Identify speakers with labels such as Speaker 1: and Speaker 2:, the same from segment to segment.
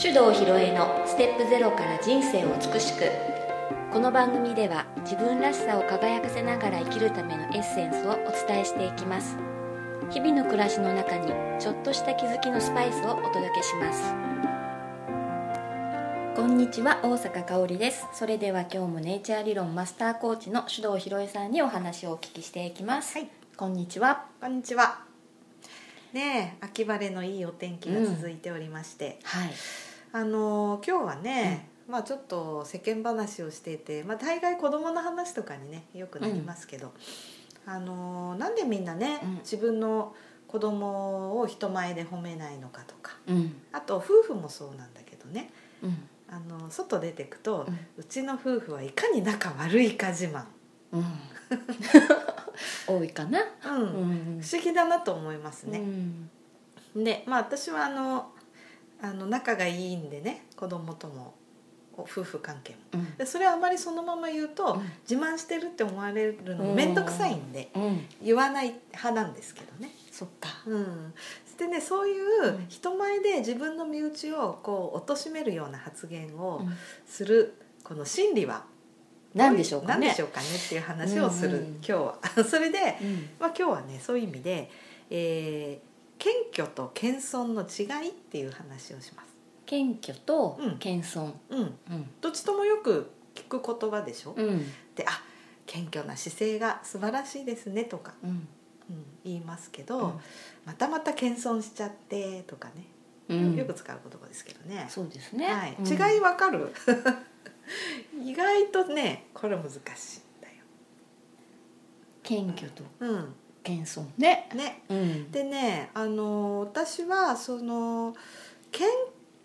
Speaker 1: 手動ひろえのステップゼロから人生を美しくこの番組では自分らしさを輝かせながら生きるためのエッセンスをお伝えしていきます日々の暮らしの中にちょっとした気づきのスパイスをお届けしますこんにちは大阪香織ですそれでは今日もネイチャー理論マスターコーチの手動ひろえさんにお話をお聞きしていきます、
Speaker 2: はい
Speaker 1: こんにちは
Speaker 2: こんにちは。ねえ、秋晴れのいいお天気が続いておりまして、
Speaker 1: はい
Speaker 2: あのー今日はね、まあちょっと世間話をしていて、まあ大概子供の話とかにねよくなりますけど、あのーなんでみんなね、
Speaker 1: うん
Speaker 2: 自分の子供を人前で褒めないのかとか、
Speaker 1: うん
Speaker 2: あと夫婦もそうなんだけどね、
Speaker 1: うん
Speaker 2: あのー外出てくと、
Speaker 1: うん
Speaker 2: うちの夫婦はいかに仲悪いか自慢、
Speaker 1: うん 多いかな、
Speaker 2: うん、
Speaker 1: う
Speaker 2: 不
Speaker 1: ん
Speaker 2: 思議だなと思いますね。
Speaker 1: うん
Speaker 2: でまあ私はあのあの仲がいいんでね子供ともお夫婦関係も
Speaker 1: うん
Speaker 2: でそれはあまりそのまま言うと、
Speaker 1: うん
Speaker 2: 自慢してるって思われる
Speaker 1: う
Speaker 2: の
Speaker 1: ん
Speaker 2: 面倒くさいんで、
Speaker 1: うん、
Speaker 2: 言わない派なんですけどね。
Speaker 1: そっか
Speaker 2: うん、でねそうい
Speaker 1: うん
Speaker 2: う人前で自分の身内をこう貶めるような発言をするこの心理は
Speaker 1: 何でしょうかね
Speaker 2: 何でしょうかねっていう話をする、
Speaker 1: うんうん
Speaker 2: 今日は それで
Speaker 1: うん
Speaker 2: まあ、今日はねそういう意味で、えー謙虚と謙遜の違いっていう話をします。
Speaker 1: 謙虚と
Speaker 2: うん
Speaker 1: 謙遜
Speaker 2: うん、
Speaker 1: うん、
Speaker 2: どっちともよく聞く言葉でしょ。
Speaker 1: うん
Speaker 2: で、あ謙虚な姿勢が素晴らしいですねとか、
Speaker 1: うん
Speaker 2: うん、言いますけど、またまた謙遜しちゃってとかね、
Speaker 1: うん
Speaker 2: よく使う言葉ですけどね。
Speaker 1: そうですね、
Speaker 2: はい、
Speaker 1: うん
Speaker 2: 違いわかる。 意外とね、これ難しいんだよ。
Speaker 1: 謙虚と
Speaker 2: うん、
Speaker 1: 謙遜ね、
Speaker 2: ね。
Speaker 1: うん、
Speaker 2: でねあの私はその謙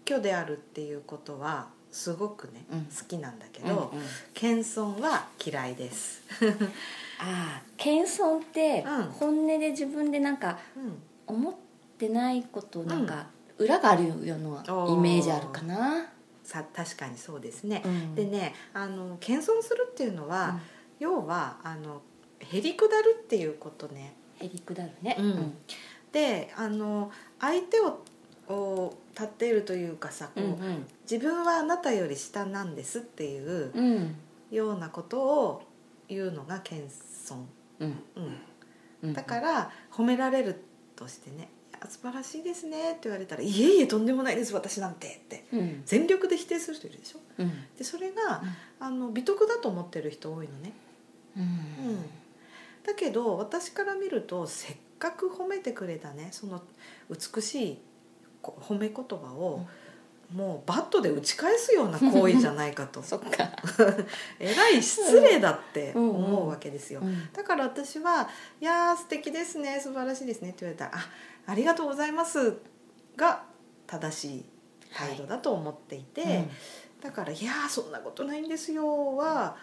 Speaker 2: 虚であるっていうことはすごくね、
Speaker 1: うん
Speaker 2: 好きなんだけ
Speaker 1: うんうん
Speaker 2: ど、謙遜は嫌いです。
Speaker 1: ああ謙遜って
Speaker 2: うん
Speaker 1: 本音で自分でなんか
Speaker 2: う
Speaker 1: 思ってないことなんか裏があるようなイメージあるかな、
Speaker 2: さ確かにそうですね。
Speaker 1: うん
Speaker 2: でねあの謙遜するっていうのは、要はあのへりくだるっていうことね。
Speaker 1: うんへりくだるね、
Speaker 2: うんであの相手をを立てるというかさ、こ
Speaker 1: う
Speaker 2: うん
Speaker 1: うん
Speaker 2: 自分はあなたより下なんですっていう
Speaker 1: うん
Speaker 2: ようなことを言うのが謙遜。
Speaker 1: うん
Speaker 2: うん
Speaker 1: うん
Speaker 2: だから褒められるとしてね「いや素晴らしいですね」って言われたら「いえいえとんでもないです私なんて」って
Speaker 1: うん
Speaker 2: 全力で否定する人いるでしょ
Speaker 1: うん
Speaker 2: でそれがあの美徳だと思ってる人多いのね
Speaker 1: う
Speaker 2: うん
Speaker 1: ん
Speaker 2: だけど私から見るとせっかく褒めてくれたねその美しいこ褒め言葉をもうバットで打ち返すような行為じゃないか と
Speaker 1: そっか、
Speaker 2: えらい失礼だって思うわけですよ
Speaker 1: うん
Speaker 2: だから私は「いやー素敵ですね素晴らしいですね」って言われたら「あありがとうございます」が正しい態度だと思っていて、だから「いやーそんなことないんですよ」は、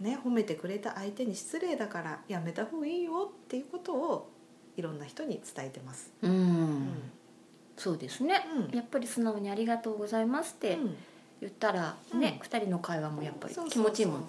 Speaker 2: ね、褒めてくれた相手に失礼だからやめた方がいいよっていうことをいろんな人に伝えてます。
Speaker 1: うん
Speaker 2: うん
Speaker 1: そうですね、
Speaker 2: うん
Speaker 1: やっぱり素直に「ありがとうございます」って
Speaker 2: うん
Speaker 1: 言ったら
Speaker 2: うん
Speaker 1: ね、二人の会話もやっぱり
Speaker 2: そうそう
Speaker 1: 気持ちいいもん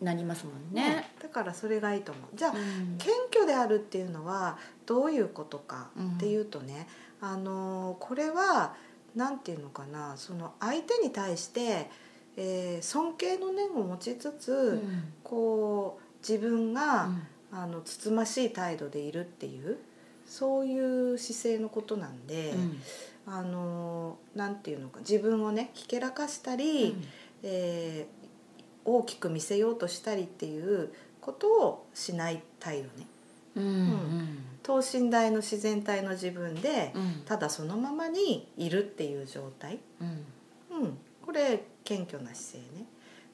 Speaker 1: なりますもんね。
Speaker 2: だからそれがいいと思うじゃあ
Speaker 1: うん
Speaker 2: 謙虚であるっていうのはどういうことかっていうとね、あのこれはなんていうのかなその相手に対して、えー尊敬の念を持ちつつ、
Speaker 1: うん
Speaker 2: こう自分
Speaker 1: う
Speaker 2: が、
Speaker 1: ん
Speaker 2: あのつつましい態度でいるっていうそういう姿勢のことなんで、
Speaker 1: うん
Speaker 2: あのなんていうのか自分をねひけらかしたり、えー大きく見せようとしたりっていうことをしない態度ね。
Speaker 1: うんうん
Speaker 2: 等身大の自然体の自分で
Speaker 1: うん
Speaker 2: ただそのままにいるっていう状態、
Speaker 1: うん
Speaker 2: うん、これ謙虚な姿勢ね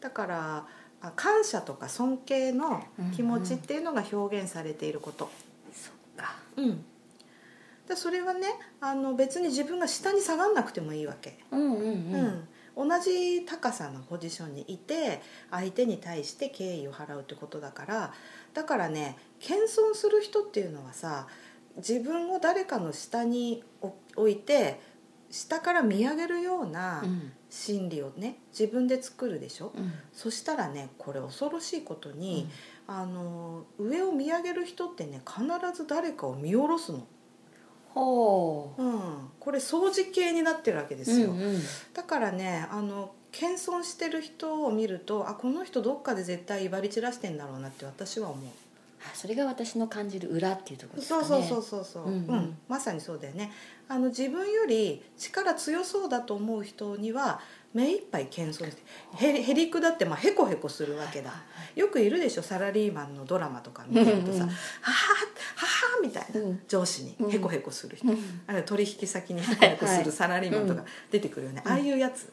Speaker 2: だからあ感謝とか尊敬の気持ちっていうのが表現されていること、
Speaker 1: そっか
Speaker 2: うん、でそれはねあの別に自分が下に下がんなくてもいいわけ、
Speaker 1: うんうんうん
Speaker 2: うん、同じ高さのポジションにいて相手に対して敬意を払うってことだからだからね謙遜する人っていうのはさ自分を誰かの下に置置いて下から見上げるような
Speaker 1: うん
Speaker 2: 心理をね自分で作るでしょ、
Speaker 1: うん
Speaker 2: そしたらねこれ恐ろしいこと
Speaker 1: うん
Speaker 2: に、あの上を見上げる人ってね必ず誰かを見下ろすの。
Speaker 1: はおー
Speaker 2: うん、これ掃除系になってるわけで
Speaker 1: う
Speaker 2: すよ、
Speaker 1: んうん
Speaker 2: だからねあの謙遜してる人を見るとあこの人どっかで絶対威張り散らしてんだろうなって私は思う、
Speaker 1: あそれが私の感じる裏っていうところですか
Speaker 2: そう
Speaker 1: ね
Speaker 2: そうそうそう
Speaker 1: う
Speaker 2: そう、うんん
Speaker 1: うん
Speaker 2: まさにそうだよねあの自分より力強そうだと思う人には目いっぱい謙遜してへりへりくだってまあへこへこするわけだよくいるでしょサラリーマンのドラマとか見てると
Speaker 1: うんうん
Speaker 2: さ「はははは」みたいな、
Speaker 1: うん
Speaker 2: 上司に
Speaker 1: うん
Speaker 2: へこへこする人、
Speaker 1: うん
Speaker 2: あるいは取引先にへこへこするサラリーマンとか出てくるよね、
Speaker 1: うん
Speaker 2: ああいうやつ、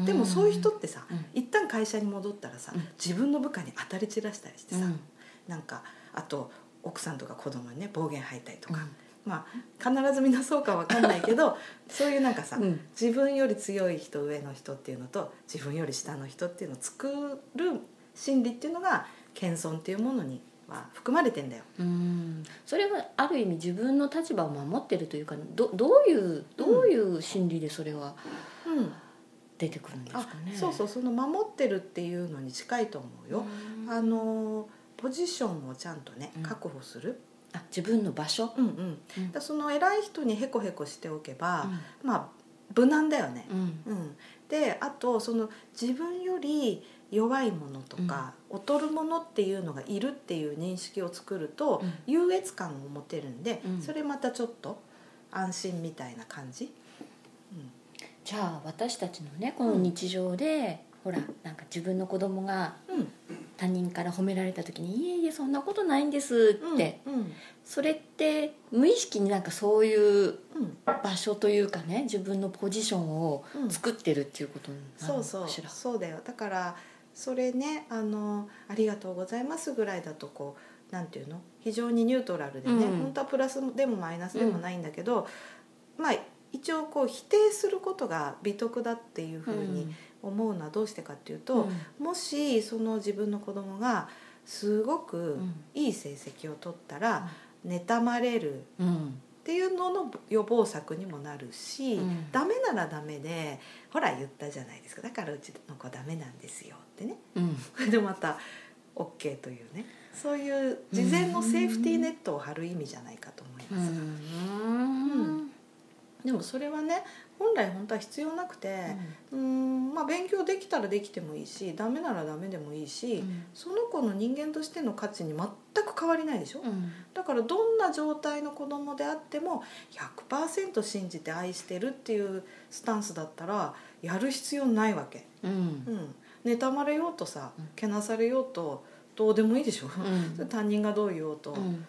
Speaker 1: ん
Speaker 2: でもそういう人ってさ、
Speaker 1: うん
Speaker 2: 一旦会社に戻ったらさ、
Speaker 1: うん
Speaker 2: 自分の部下に当たり散らしたりして
Speaker 1: う
Speaker 2: さ、
Speaker 1: ん
Speaker 2: なんかあと奥さんとか子供にね暴言吐いたりと
Speaker 1: う
Speaker 2: か、まあ必ずみんなそうかわかんない けどそういうなんかさ、
Speaker 1: うん
Speaker 2: 自分より強い人上の人っていうのと自分より下の人っていうのを作る心理っていうのが謙遜っていうものには含まれてんだよ。
Speaker 1: んそれはある意味自分の立場を守ってるというかどどういうどういう心理でそれは
Speaker 2: うん、
Speaker 1: 出てくるんです
Speaker 2: あ
Speaker 1: かね、
Speaker 2: そうそうその守ってるっていうのに近いと思うよ。
Speaker 1: うん
Speaker 2: あのポジションをちゃんとね
Speaker 1: うん
Speaker 2: 確保する、
Speaker 1: あ自分の場所、
Speaker 2: うんうん
Speaker 1: うん
Speaker 2: だその偉い人にへこへこしておけば、まあ無難だよね、
Speaker 1: うん
Speaker 2: うんであとその自分より弱いものとか、劣るものっていうのがいるっていう認識を作ると、
Speaker 1: うん
Speaker 2: 優越感を持てるんで、
Speaker 1: うん
Speaker 2: それまたちょっと安心みたいな感じ、うん
Speaker 1: じゃあ私たちのねこの日常で、ほらなんか自分の子供が
Speaker 2: うん
Speaker 1: 他人から褒められた時に「いえいえそんなことないんです」
Speaker 2: うん、
Speaker 1: って、
Speaker 2: うんうん
Speaker 1: それって無意識になんかそういう場所というかね自分のポジションを
Speaker 2: うん
Speaker 1: 作ってるっていうことな
Speaker 2: そ
Speaker 1: の
Speaker 2: うそう
Speaker 1: かしら
Speaker 2: そうだよだからそれねあの「ありがとうございます」ぐらいだとこうなんていうの非常にニュートラルでね、
Speaker 1: うん
Speaker 2: 本当はプラスでもマイナスでもないんだけど、まあ一応こう否定することが美徳だっていうふうに思うのはどうしてかっていうと、もしその自分の子供がすごくいい成績を取ったら、妬まれる
Speaker 1: うんうん
Speaker 2: っていうのの予防策にもなるし、
Speaker 1: うん
Speaker 2: ダメならダメでほら言ったじゃないですかだからうちの子ダメなんですよってね
Speaker 1: うん
Speaker 2: これでまた OK というねそういう事前のセーフティーネットを張る意味じゃないかと思います、
Speaker 1: うん
Speaker 2: でもそれはね本来本当は必要なくてうんんまあ勉強できたらできてもいいしダメならダメでもいいし、その子の人間としての価値に全く変わりないでしょ、
Speaker 1: うん
Speaker 2: だからどんな状態の子供であっても100%信じて愛してるっていうスタンスだったらやる必要ないわけ、
Speaker 1: うん
Speaker 2: うん、妬まれようとさ
Speaker 1: うん
Speaker 2: けなされようとどうでもいいでしょ、
Speaker 1: ん
Speaker 2: 他人がどう言おうと、
Speaker 1: うん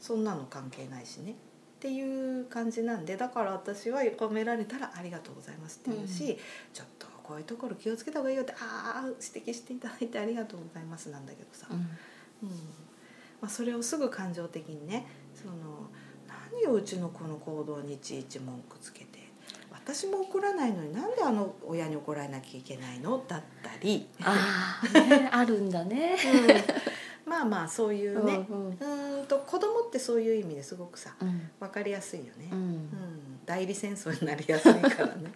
Speaker 2: そんなの関係ないしねっていう感じなんでだから私は褒められたら「ありがとうございます」って言うし、ちょっとこういうところ気をつけた方がいいよって「ああ指摘していただいてありがとうございます」なんだけどさ、
Speaker 1: うん
Speaker 2: うんまあ、それをすぐ感情的にねその何をうちの子の行動にいちいち文句つけて私も怒らないのになんであの親に怒らなきゃいけないのだったり、
Speaker 1: ああ、ね、あるんだね。
Speaker 2: まあまあそういうね
Speaker 1: うんうん
Speaker 2: うーんと子供ってそういう意味ですごくさ
Speaker 1: うん
Speaker 2: 分かりやすいよね、
Speaker 1: う
Speaker 2: うん
Speaker 1: ん、
Speaker 2: 代理戦争になりやすいから ね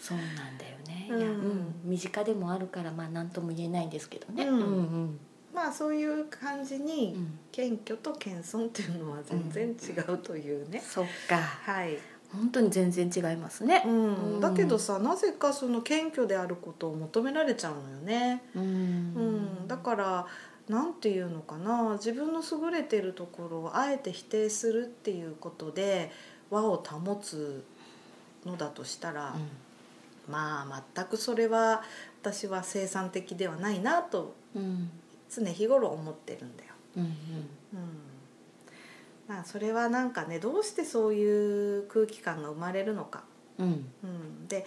Speaker 1: そうなんだよね。い
Speaker 2: うん
Speaker 1: や、うん、身近でもあるから、まあ、なんとも言えないんですけどね。
Speaker 2: うん
Speaker 1: うん、
Speaker 2: まあそういう感じ
Speaker 1: う
Speaker 2: に
Speaker 1: ん、
Speaker 2: 謙虚と謙遜っていうのは全然違うというね、
Speaker 1: そっか、
Speaker 2: はい
Speaker 1: 本当に全然違いますね。
Speaker 2: う
Speaker 1: うん
Speaker 2: ん、だけどさなぜかその謙虚であることを求められちゃうのよね、
Speaker 1: う
Speaker 2: うんん、だからなんていうのかな自分の優れてるところをあえて否定するっていうことで和を保つのだとしたら、まあ全くそれは私は生産的ではないなと
Speaker 1: うん、うん、
Speaker 2: 常日頃思ってるんだよ。
Speaker 1: うん、うん、
Speaker 2: うんまあ、それはなんかねどうしてそういう空気感が生まれるのか
Speaker 1: うん、
Speaker 2: うん、で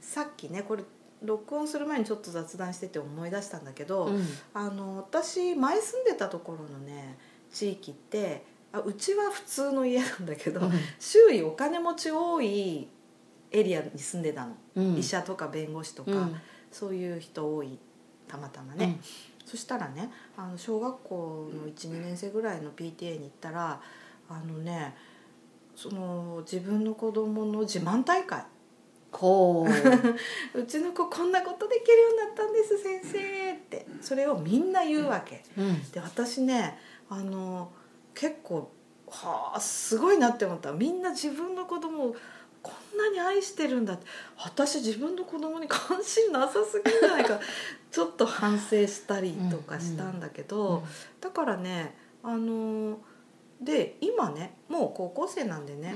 Speaker 2: さっきねこれ録音する前にちょっと雑談してて思い出したんだけど、
Speaker 1: うん、
Speaker 2: あの私前住んでたところのね地域ってあうちは普通の家なんだけど、周囲お金持ち多いエリアに住んでたの、
Speaker 1: うん、
Speaker 2: 医者とか弁護士とか、
Speaker 1: うん
Speaker 2: そういう人多いたまたまね、、そしたらねあの小学校の12年生ぐらいの PTA に行ったらあのねその自分の子供の自慢大会
Speaker 1: こう、
Speaker 2: うちの子こんなことできるようになったんです先生ってそれをみんな言うわけ、
Speaker 1: うん、
Speaker 2: で私ねあの結構はあすごいなって思ったみんな自分の子供をこんなに愛してるんだって私自分の子供に関心なさすぎんじゃない かちょっと反省したりとかしたんだけど、だからねあので今ねもう高校生なんでね、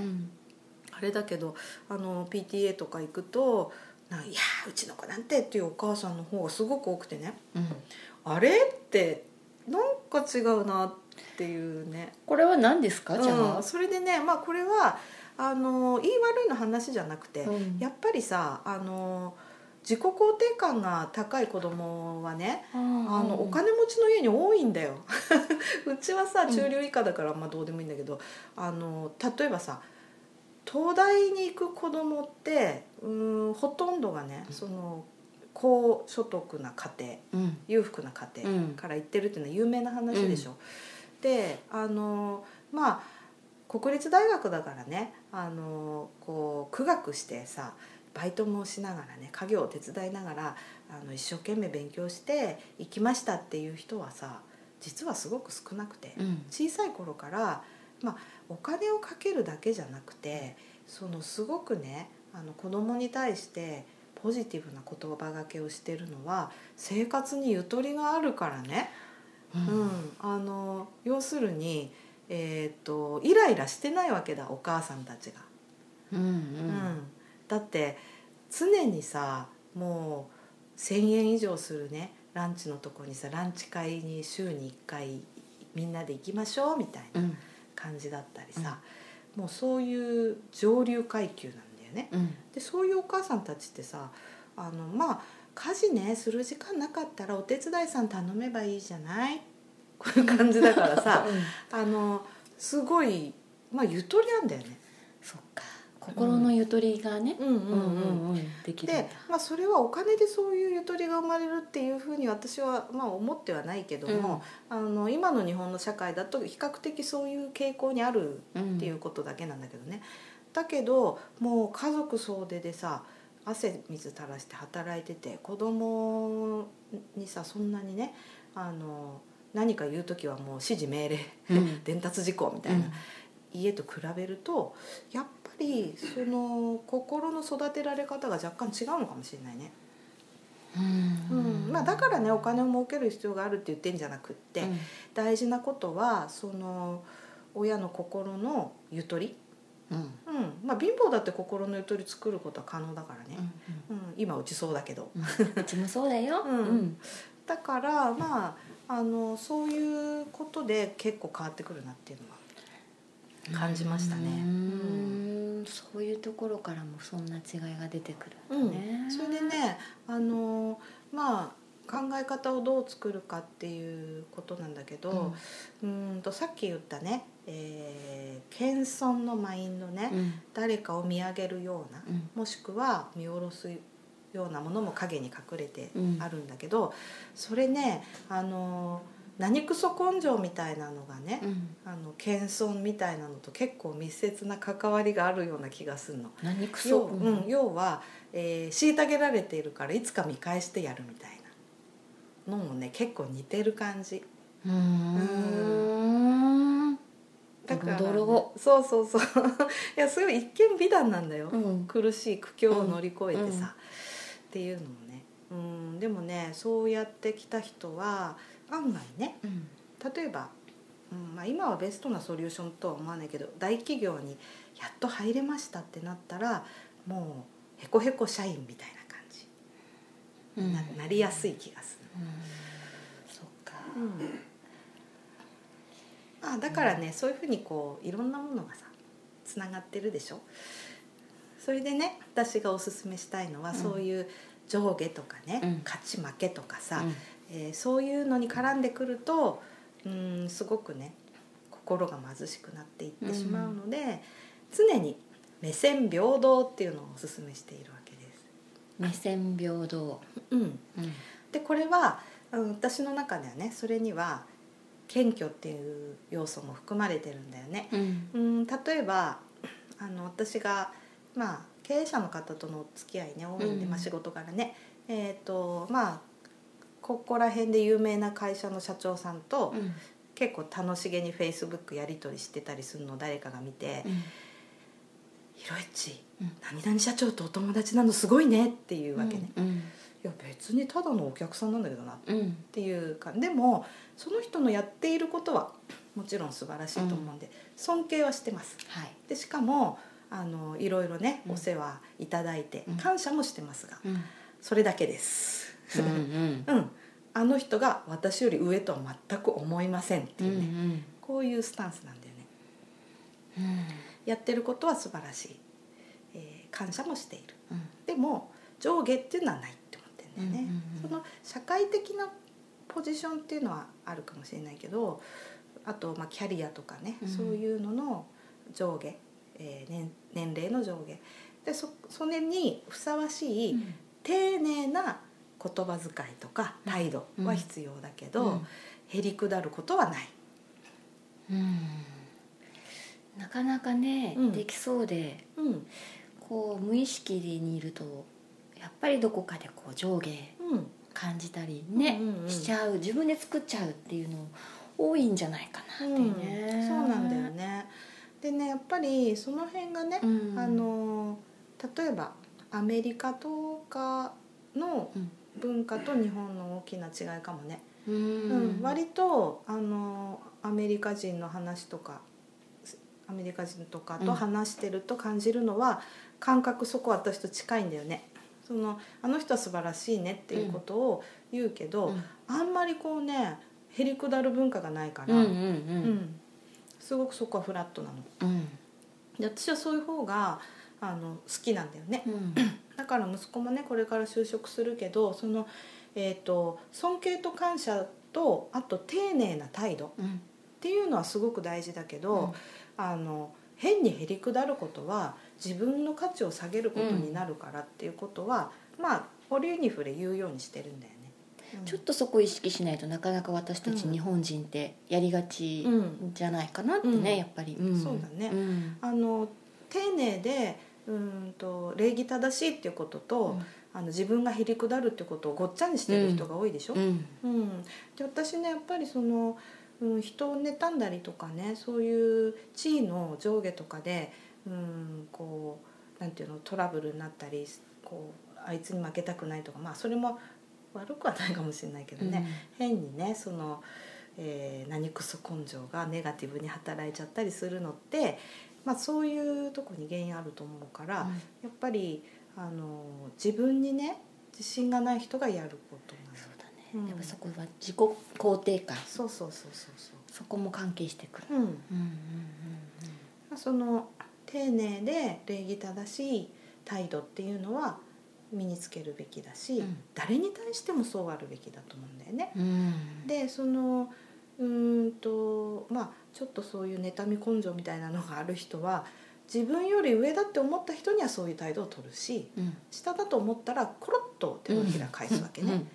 Speaker 2: あれだけどあの PTA とか行くと「なんいやーうちの子なんて」っていうお母さんの方がすごく多くてね「あれ?」ってなんか違うなっていうね、
Speaker 1: これは何ですかじゃ
Speaker 2: う
Speaker 1: あ
Speaker 2: ん、、それでねまあこれはあの言い悪いの話じゃなくて、
Speaker 1: うん
Speaker 2: やっぱりさあの自己肯定感が高い子供はね
Speaker 1: あ
Speaker 2: あのお金持ちの家に多いんだよ うちはさ中流以下だからあんまどうでもいいんだけど、あの例えばさ東大に行く子供ってうーんほとんどがねその高所得な家庭
Speaker 1: うん
Speaker 2: 裕福な家
Speaker 1: う
Speaker 2: 庭
Speaker 1: ん
Speaker 2: から行ってるっていうのは有名な話でしょ。であのまあ国立大学だからねあのこう苦学してさバイトもしながらね家業を手伝いながらあの一生懸命勉強して行きましたっていう人はさ実はすごく少なくて、
Speaker 1: うん
Speaker 2: 小さい頃から、まあ、お金をかけるだけじゃなくてそのすごくねあの子供に対してポジティブな言葉がけをしてるのは生活にゆとりがあるからね、
Speaker 1: う
Speaker 2: うん
Speaker 1: ん
Speaker 2: あの要するに、えー、とイライラしてないわけだお母さんたちが。
Speaker 1: うん
Speaker 2: うん、だって常にさもう1,000円以上するねランチのとこにさランチ会に週に1回みんなで行きましょうみたいな
Speaker 1: うん
Speaker 2: 感じだったりさ、もうそういう上流階級なんだよね。
Speaker 1: うん
Speaker 2: でそういうお母さんたちってさあのまあ家事ねする時間なかったらお手伝いさん頼めばいいじゃないこういう感じだからさ あのすごい、まあ、ゆとりあんだよね。
Speaker 1: そっか心のゆとりがね、
Speaker 2: うんう
Speaker 1: うんうんうん、できるんだ
Speaker 2: で、まあ、それはお金でそういうゆとりが生まれるっていうふうに私は、まあ、思ってはないけども、あの今の日本の社会だと比較的そういう傾向にある
Speaker 1: うん、
Speaker 2: っていうことだけなんだけどね、だけどもう家族総出でさ汗水垂らして働いてて子供にさそんなにねあの何か言う時はもう指示命令
Speaker 1: うん
Speaker 2: 伝達事項みたいな、家と比べるとやっぱりその心の育てられ方が若干違うのかもしれないね、
Speaker 1: うん
Speaker 2: うんまあ、だからねお金を儲ける必要があるって言ってんじゃなくって、
Speaker 1: うん
Speaker 2: 大事なことはその親の心のゆとり、
Speaker 1: うん
Speaker 2: うんまあ、貧乏だって心のゆとり作ることは可能だからね
Speaker 1: う、ん
Speaker 2: うん今うちそうだけど
Speaker 1: うんうちもそうだよ、
Speaker 2: うん
Speaker 1: うん
Speaker 2: だからまああのそういうことで結構変わってくるなっていうのは感じましたね。うん
Speaker 1: うんそういうところからもそんな違いが出てくるんだね、
Speaker 2: それでねあのまあ考え方をどう作るかっていうことなんだけど、うーんとさっき言ったね、えー謙遜のマインドね、
Speaker 1: うん
Speaker 2: 誰かを見上げるような、
Speaker 1: うん
Speaker 2: もしくは見下ろすようなものも影に隠れて
Speaker 1: うん
Speaker 2: あるんだけど、それねあの何クソ根性みたいなのがね、
Speaker 1: うん
Speaker 2: あの謙遜みたいなのと結構密接な関わりがあるような気がするの。
Speaker 1: 何く
Speaker 2: 要
Speaker 1: そ、
Speaker 2: うん、要は、えー、虐げられているからいつか見返してやるみたいなのもね結構似てる感じ
Speaker 1: うーん
Speaker 2: だから
Speaker 1: ドロドロ
Speaker 2: そうそうそう いやすごい一見美談なんだよ、
Speaker 1: うん
Speaker 2: 苦しい苦境を乗り越え
Speaker 1: う
Speaker 2: てさ、
Speaker 1: んうん
Speaker 2: っていうのもねうんでもねそうやってきた人は案外ね
Speaker 1: うん
Speaker 2: 例えば、うんまあ、今はベストなソリューションとは思わないけど大企業にやっと入れましたってなったらもうへこへこ社員みたいな感じ
Speaker 1: うん
Speaker 2: ななりやすい気がす
Speaker 1: うんそっか
Speaker 2: る、まあ、だからね、そういうふうにこういろんなものがさつながってるでしょそれでね私がおすすめしたいのは、
Speaker 1: うん
Speaker 2: そういう上下とかね、
Speaker 1: うん
Speaker 2: 勝ち負けとかさ、
Speaker 1: うん
Speaker 2: えーそういうのに絡んでくるとうんすごくね心が貧しくなっていってしまうので、常に目線平等っていうのをおすすめしているわけです。
Speaker 1: 目線平等、
Speaker 2: うん
Speaker 1: うん
Speaker 2: でこれは、うん、私の中ではねそれには謙虚っていう要素も含まれてるんだよね。
Speaker 1: うん
Speaker 2: うん例えばあの私が、まあ、経営者の方とのお付き合いね多いんで、
Speaker 1: うん
Speaker 2: まあ、仕事からね、えーとまあ、ここら辺で有名な会社の社長さんと
Speaker 1: うん
Speaker 2: 結構楽しげにフェイスブックやり取りしてたりするのを誰かが見て「ひろいち
Speaker 1: うん
Speaker 2: 何々社長とお友達なのすごいね」っていうわけね、
Speaker 1: うん
Speaker 2: いや別にただのお客さんなんだけどなっ
Speaker 1: うん
Speaker 2: ていうかでもその人のやっていることはもちろん素晴らしいと思うんで、尊敬はしてます
Speaker 1: はい
Speaker 2: でしかもあのいろいろね
Speaker 1: うん
Speaker 2: お世話いただいて
Speaker 1: うん
Speaker 2: 感謝もしてますが、
Speaker 1: うん
Speaker 2: それだけです、
Speaker 1: うん
Speaker 2: うん、あの人が私より上とは全く思いませんって
Speaker 1: う
Speaker 2: い
Speaker 1: ん
Speaker 2: うね、こういうスタンスなんだよね
Speaker 1: うん
Speaker 2: やってることは素晴らしい、えー感謝もしている
Speaker 1: うん
Speaker 2: でも上下っていうのはないって思ってんだ
Speaker 1: う
Speaker 2: よね、
Speaker 1: んうんうん
Speaker 2: その社会的なポジションっていうのはあるかもしれないけどあとまあキャリアとかね、
Speaker 1: うん
Speaker 2: そういうのの上下、えー年年齢の上下でそそれにふさわしい、
Speaker 1: うん
Speaker 2: 丁寧な言葉遣いとか
Speaker 1: うん
Speaker 2: 態度は必要だけど、
Speaker 1: うん
Speaker 2: へりくだることはない、
Speaker 1: うんなかなかね、
Speaker 2: うん
Speaker 1: できそうで
Speaker 2: うん
Speaker 1: こう無意識にいるとやっぱりどこかでこう上下
Speaker 2: うん、
Speaker 1: 感じたりね、
Speaker 2: うんうんうん
Speaker 1: しちゃう自分で作っちゃうっていうの多いんじゃないかなってね、
Speaker 2: うんそうなんだよねでねやっぱりその辺がね、
Speaker 1: うん
Speaker 2: あの例えばアメリカとかの
Speaker 1: うん
Speaker 2: 文化と日本の大きな違いかもね、
Speaker 1: う
Speaker 2: う
Speaker 1: ん、
Speaker 2: ん割とあのアメリカ人の話とかアメリカ人とかと話してると感じるのは、感覚そこ私と近いんだよねそのあの人は素晴らしいねっていうことを言うけど、
Speaker 1: うん
Speaker 2: あんまりこうねへりくだる文化がないから、
Speaker 1: うんうん
Speaker 2: うんすごくそこはフラットなの
Speaker 1: うんうん
Speaker 2: で私はそういう方があの好きなんだよね
Speaker 1: うん
Speaker 2: だから息子もねこれから就職するけどその、えー、と尊敬と感謝とあと丁寧な態度っ
Speaker 1: うん
Speaker 2: ていうのはすごく大事だけど、あの変にへりくだることは自分の価値を下げることになるからっていうことは、まあ折に触れ言うようにしてるんだよね。うん
Speaker 1: ちょっとそこ意識しないとなかなか私たち
Speaker 2: うん
Speaker 1: 日本人ってやりがち
Speaker 2: うん
Speaker 1: じゃないかなってね、
Speaker 2: うん
Speaker 1: やっぱり、うん
Speaker 2: そうだね
Speaker 1: うん
Speaker 2: あの丁寧でうーんと礼儀正しいっていうことと、あの自分がへりくだるってことをごっちゃにしてる人が多いでしょ、
Speaker 1: う
Speaker 2: うん
Speaker 1: ん
Speaker 2: で私ねやっぱりその、うん、人を妬んだりとかねそういう地位の上下とかで、うん、こうなんていうのトラブルになったりこうあいつに負けたくないとかまあそれも悪くはないかもしれないけどね、変にねその、えー何クソ根性がネガティブに働いちゃったりするのって、まあ、そういうとこに原因あると思うから。
Speaker 1: うん
Speaker 2: やっぱりあの自分にね自信がない人がやることなの
Speaker 1: そうだね、
Speaker 2: うん
Speaker 1: やっぱそこは自己肯定感
Speaker 2: そうそうそうそうそ
Speaker 1: そこも関係してくる、
Speaker 2: う、うん、
Speaker 1: うんうん
Speaker 2: その丁寧で礼儀正しい態度っていうのは身につけるべきだし、
Speaker 1: うん
Speaker 2: 誰に対してもそうあるべきだと思うんだよね。
Speaker 1: うんうん、
Speaker 2: でそのうーんとまあちょっとそういう妬み根性みたいなのがある人は自分より上だって思った人にはそういう態度を取るし
Speaker 1: うん、
Speaker 2: 下だと思ったらコロッと手のひら返すわけね。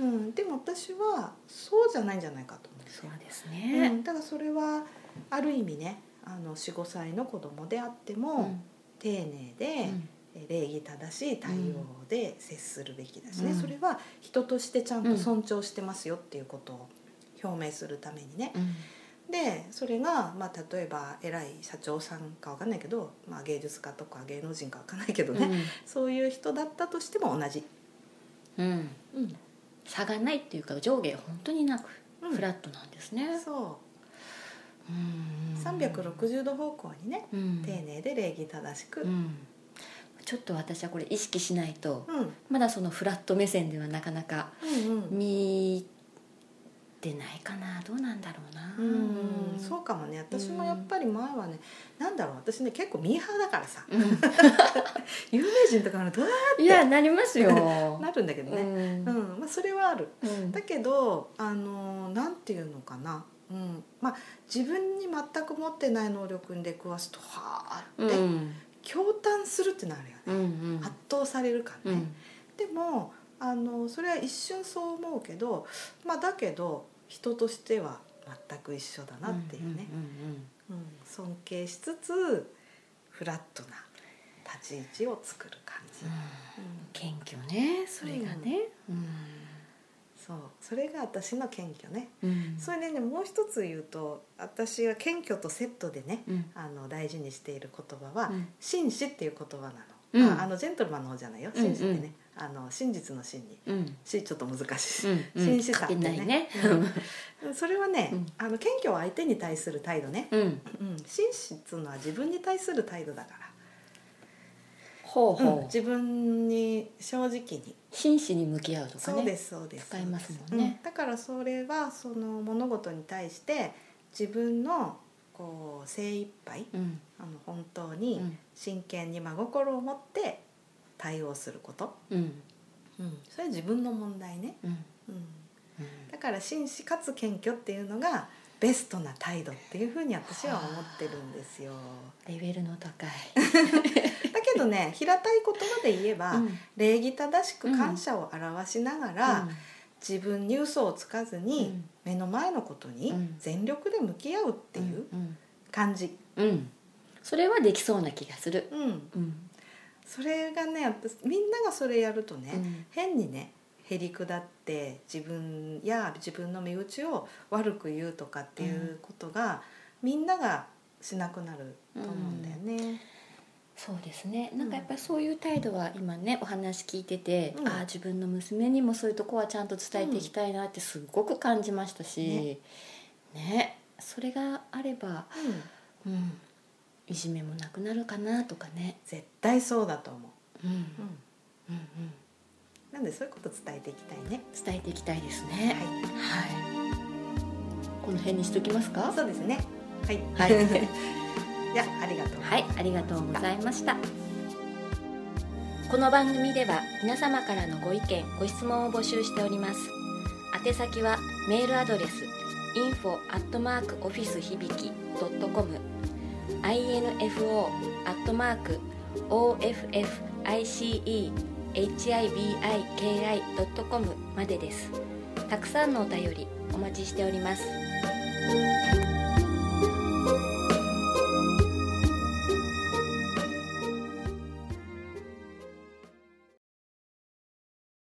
Speaker 1: うん
Speaker 2: うん、でも私はそうじゃないんじゃないかと思うんです
Speaker 1: そ
Speaker 2: よ
Speaker 1: うです
Speaker 2: う
Speaker 1: ね、
Speaker 2: ん、だからそれはある意味ねあの45歳の子供であっても、
Speaker 1: うん
Speaker 2: 丁寧で、え礼儀正しい対応で接するべきだしね、
Speaker 1: うん
Speaker 2: それは人としてちゃんと尊重してますよっていうことを表明するためにね。
Speaker 1: うん
Speaker 2: でそれが、まあ、例えば偉い社長さんかわかんないけど、まあ、芸術家とか芸能人かわかんないけどね、そういう人だったとしても同じ。
Speaker 1: うんうん
Speaker 2: うん
Speaker 1: 差がないっていうか上下本当になく、
Speaker 2: うん
Speaker 1: フラットなんですね、
Speaker 2: そう
Speaker 1: うん
Speaker 2: 360度方向にね
Speaker 1: うん
Speaker 2: 丁寧で礼儀正しく、う
Speaker 1: うんん、ちょっと私はこれ意識しないとまだそのフラット目線ではなかなか
Speaker 2: うんうん
Speaker 1: 見てないかなどうなんだろうな
Speaker 2: うんそうかもね私もやっぱり前はね、なんだろう私ね結構ミーハーだからさ
Speaker 1: う
Speaker 2: 有名人とかのとあ
Speaker 1: んいやなりますよ
Speaker 2: ーなるんだけど
Speaker 1: う
Speaker 2: ね、
Speaker 1: ん
Speaker 2: うんまあ、それはある
Speaker 1: うん
Speaker 2: だけどあのーなんていうのかな、うんまあ、自分に全く持ってない能力に出くわすとはあって、
Speaker 1: うん
Speaker 2: 驚嘆するってなるよね、
Speaker 1: うんうん
Speaker 2: 圧倒される感
Speaker 1: う
Speaker 2: ね、
Speaker 1: ん
Speaker 2: でもあのそれは一瞬そう思うけど、まあ、だけど人としては全く一緒だなっていうね、
Speaker 1: うんうんうん
Speaker 2: うん尊敬しつつフラットな立ち位置を作る感じ、
Speaker 1: うん
Speaker 2: うん
Speaker 1: 謙虚ねそれがね、うん
Speaker 2: そうそれが私の謙虚ね、
Speaker 1: うん
Speaker 2: それでねもう一つ言うと私は謙虚とセットでね
Speaker 1: うん
Speaker 2: あの大事にしている言葉は
Speaker 1: うん
Speaker 2: 「紳士」っていう言葉なの、
Speaker 1: うん
Speaker 2: ああのジェントルマンの方じゃないよ
Speaker 1: うんうん
Speaker 2: 紳士ってね、あの真実の真に
Speaker 1: うん
Speaker 2: しちょっと難しい、
Speaker 1: うん
Speaker 2: 紳士さ
Speaker 1: 書け
Speaker 2: って
Speaker 1: な
Speaker 2: ね
Speaker 1: いね
Speaker 2: うんそれはね、
Speaker 1: うん
Speaker 2: あの謙虚は相手に対する態度ね、
Speaker 1: うん
Speaker 2: うん、紳士っつうのは自分に対する態度だから
Speaker 1: ほう
Speaker 2: うん
Speaker 1: ほう
Speaker 2: 自分に正直に
Speaker 1: 真摯に向き合うとか
Speaker 2: そうで
Speaker 1: ね
Speaker 2: すそうです
Speaker 1: 使いますもんね
Speaker 2: うんだからそれはその物事に対して自分のこう精一杯
Speaker 1: うん
Speaker 2: あの本当
Speaker 1: う
Speaker 2: に
Speaker 1: ん
Speaker 2: 真剣に真心を持って対応すること、
Speaker 1: うん
Speaker 2: うん、それは自分の問題ね、
Speaker 1: うん
Speaker 2: うん、
Speaker 1: うん
Speaker 2: だから紳士かつ謙虚っていうのがベストな態度っていうふうに私は思ってるんですよ
Speaker 1: レベルの高い
Speaker 2: だけど ね平たい言葉で言えば、
Speaker 1: うん
Speaker 2: 礼儀正しく感謝を表しながら、
Speaker 1: うん
Speaker 2: 自分に嘘をつかずに、
Speaker 1: うん
Speaker 2: 目の前のことに
Speaker 1: うん
Speaker 2: 全力で向き合うっていう
Speaker 1: うん
Speaker 2: 感じ、
Speaker 1: うんそれはできそうな気がする
Speaker 2: うん
Speaker 1: うん
Speaker 2: それがね私みんながそれやるとね、
Speaker 1: うん
Speaker 2: 変にねへりくだって自分や自分の身内を悪く言うとかっていうことが、みんながしなくなると思うんだよね。
Speaker 1: そうですねなんかやっぱりそういう態度は今ねお話聞いてて、
Speaker 2: うん
Speaker 1: ああ自分の娘にもそういうとこはちゃんと伝えていきたいなってすごく感じましたし、ねそれがあれば、
Speaker 2: うん
Speaker 1: うん、いじめもなくなるかなとかね、
Speaker 2: 絶対そうだと思
Speaker 1: うんうん
Speaker 2: う、うん
Speaker 1: うん、
Speaker 2: なんでそういうこと伝えていきたいね。
Speaker 1: 伝えていきたいですね
Speaker 2: はい
Speaker 1: はい、この辺にしときますか
Speaker 2: そうですね。はい。
Speaker 1: はい
Speaker 2: じゃあ、ありがとう。
Speaker 1: はい、ありがとうございました。この番組では皆様からのご意見、ご質問を募集しております。宛先はメールアドレス info office 響き .com info officehibiki.com までです。たくさんのお便りお待ちしております。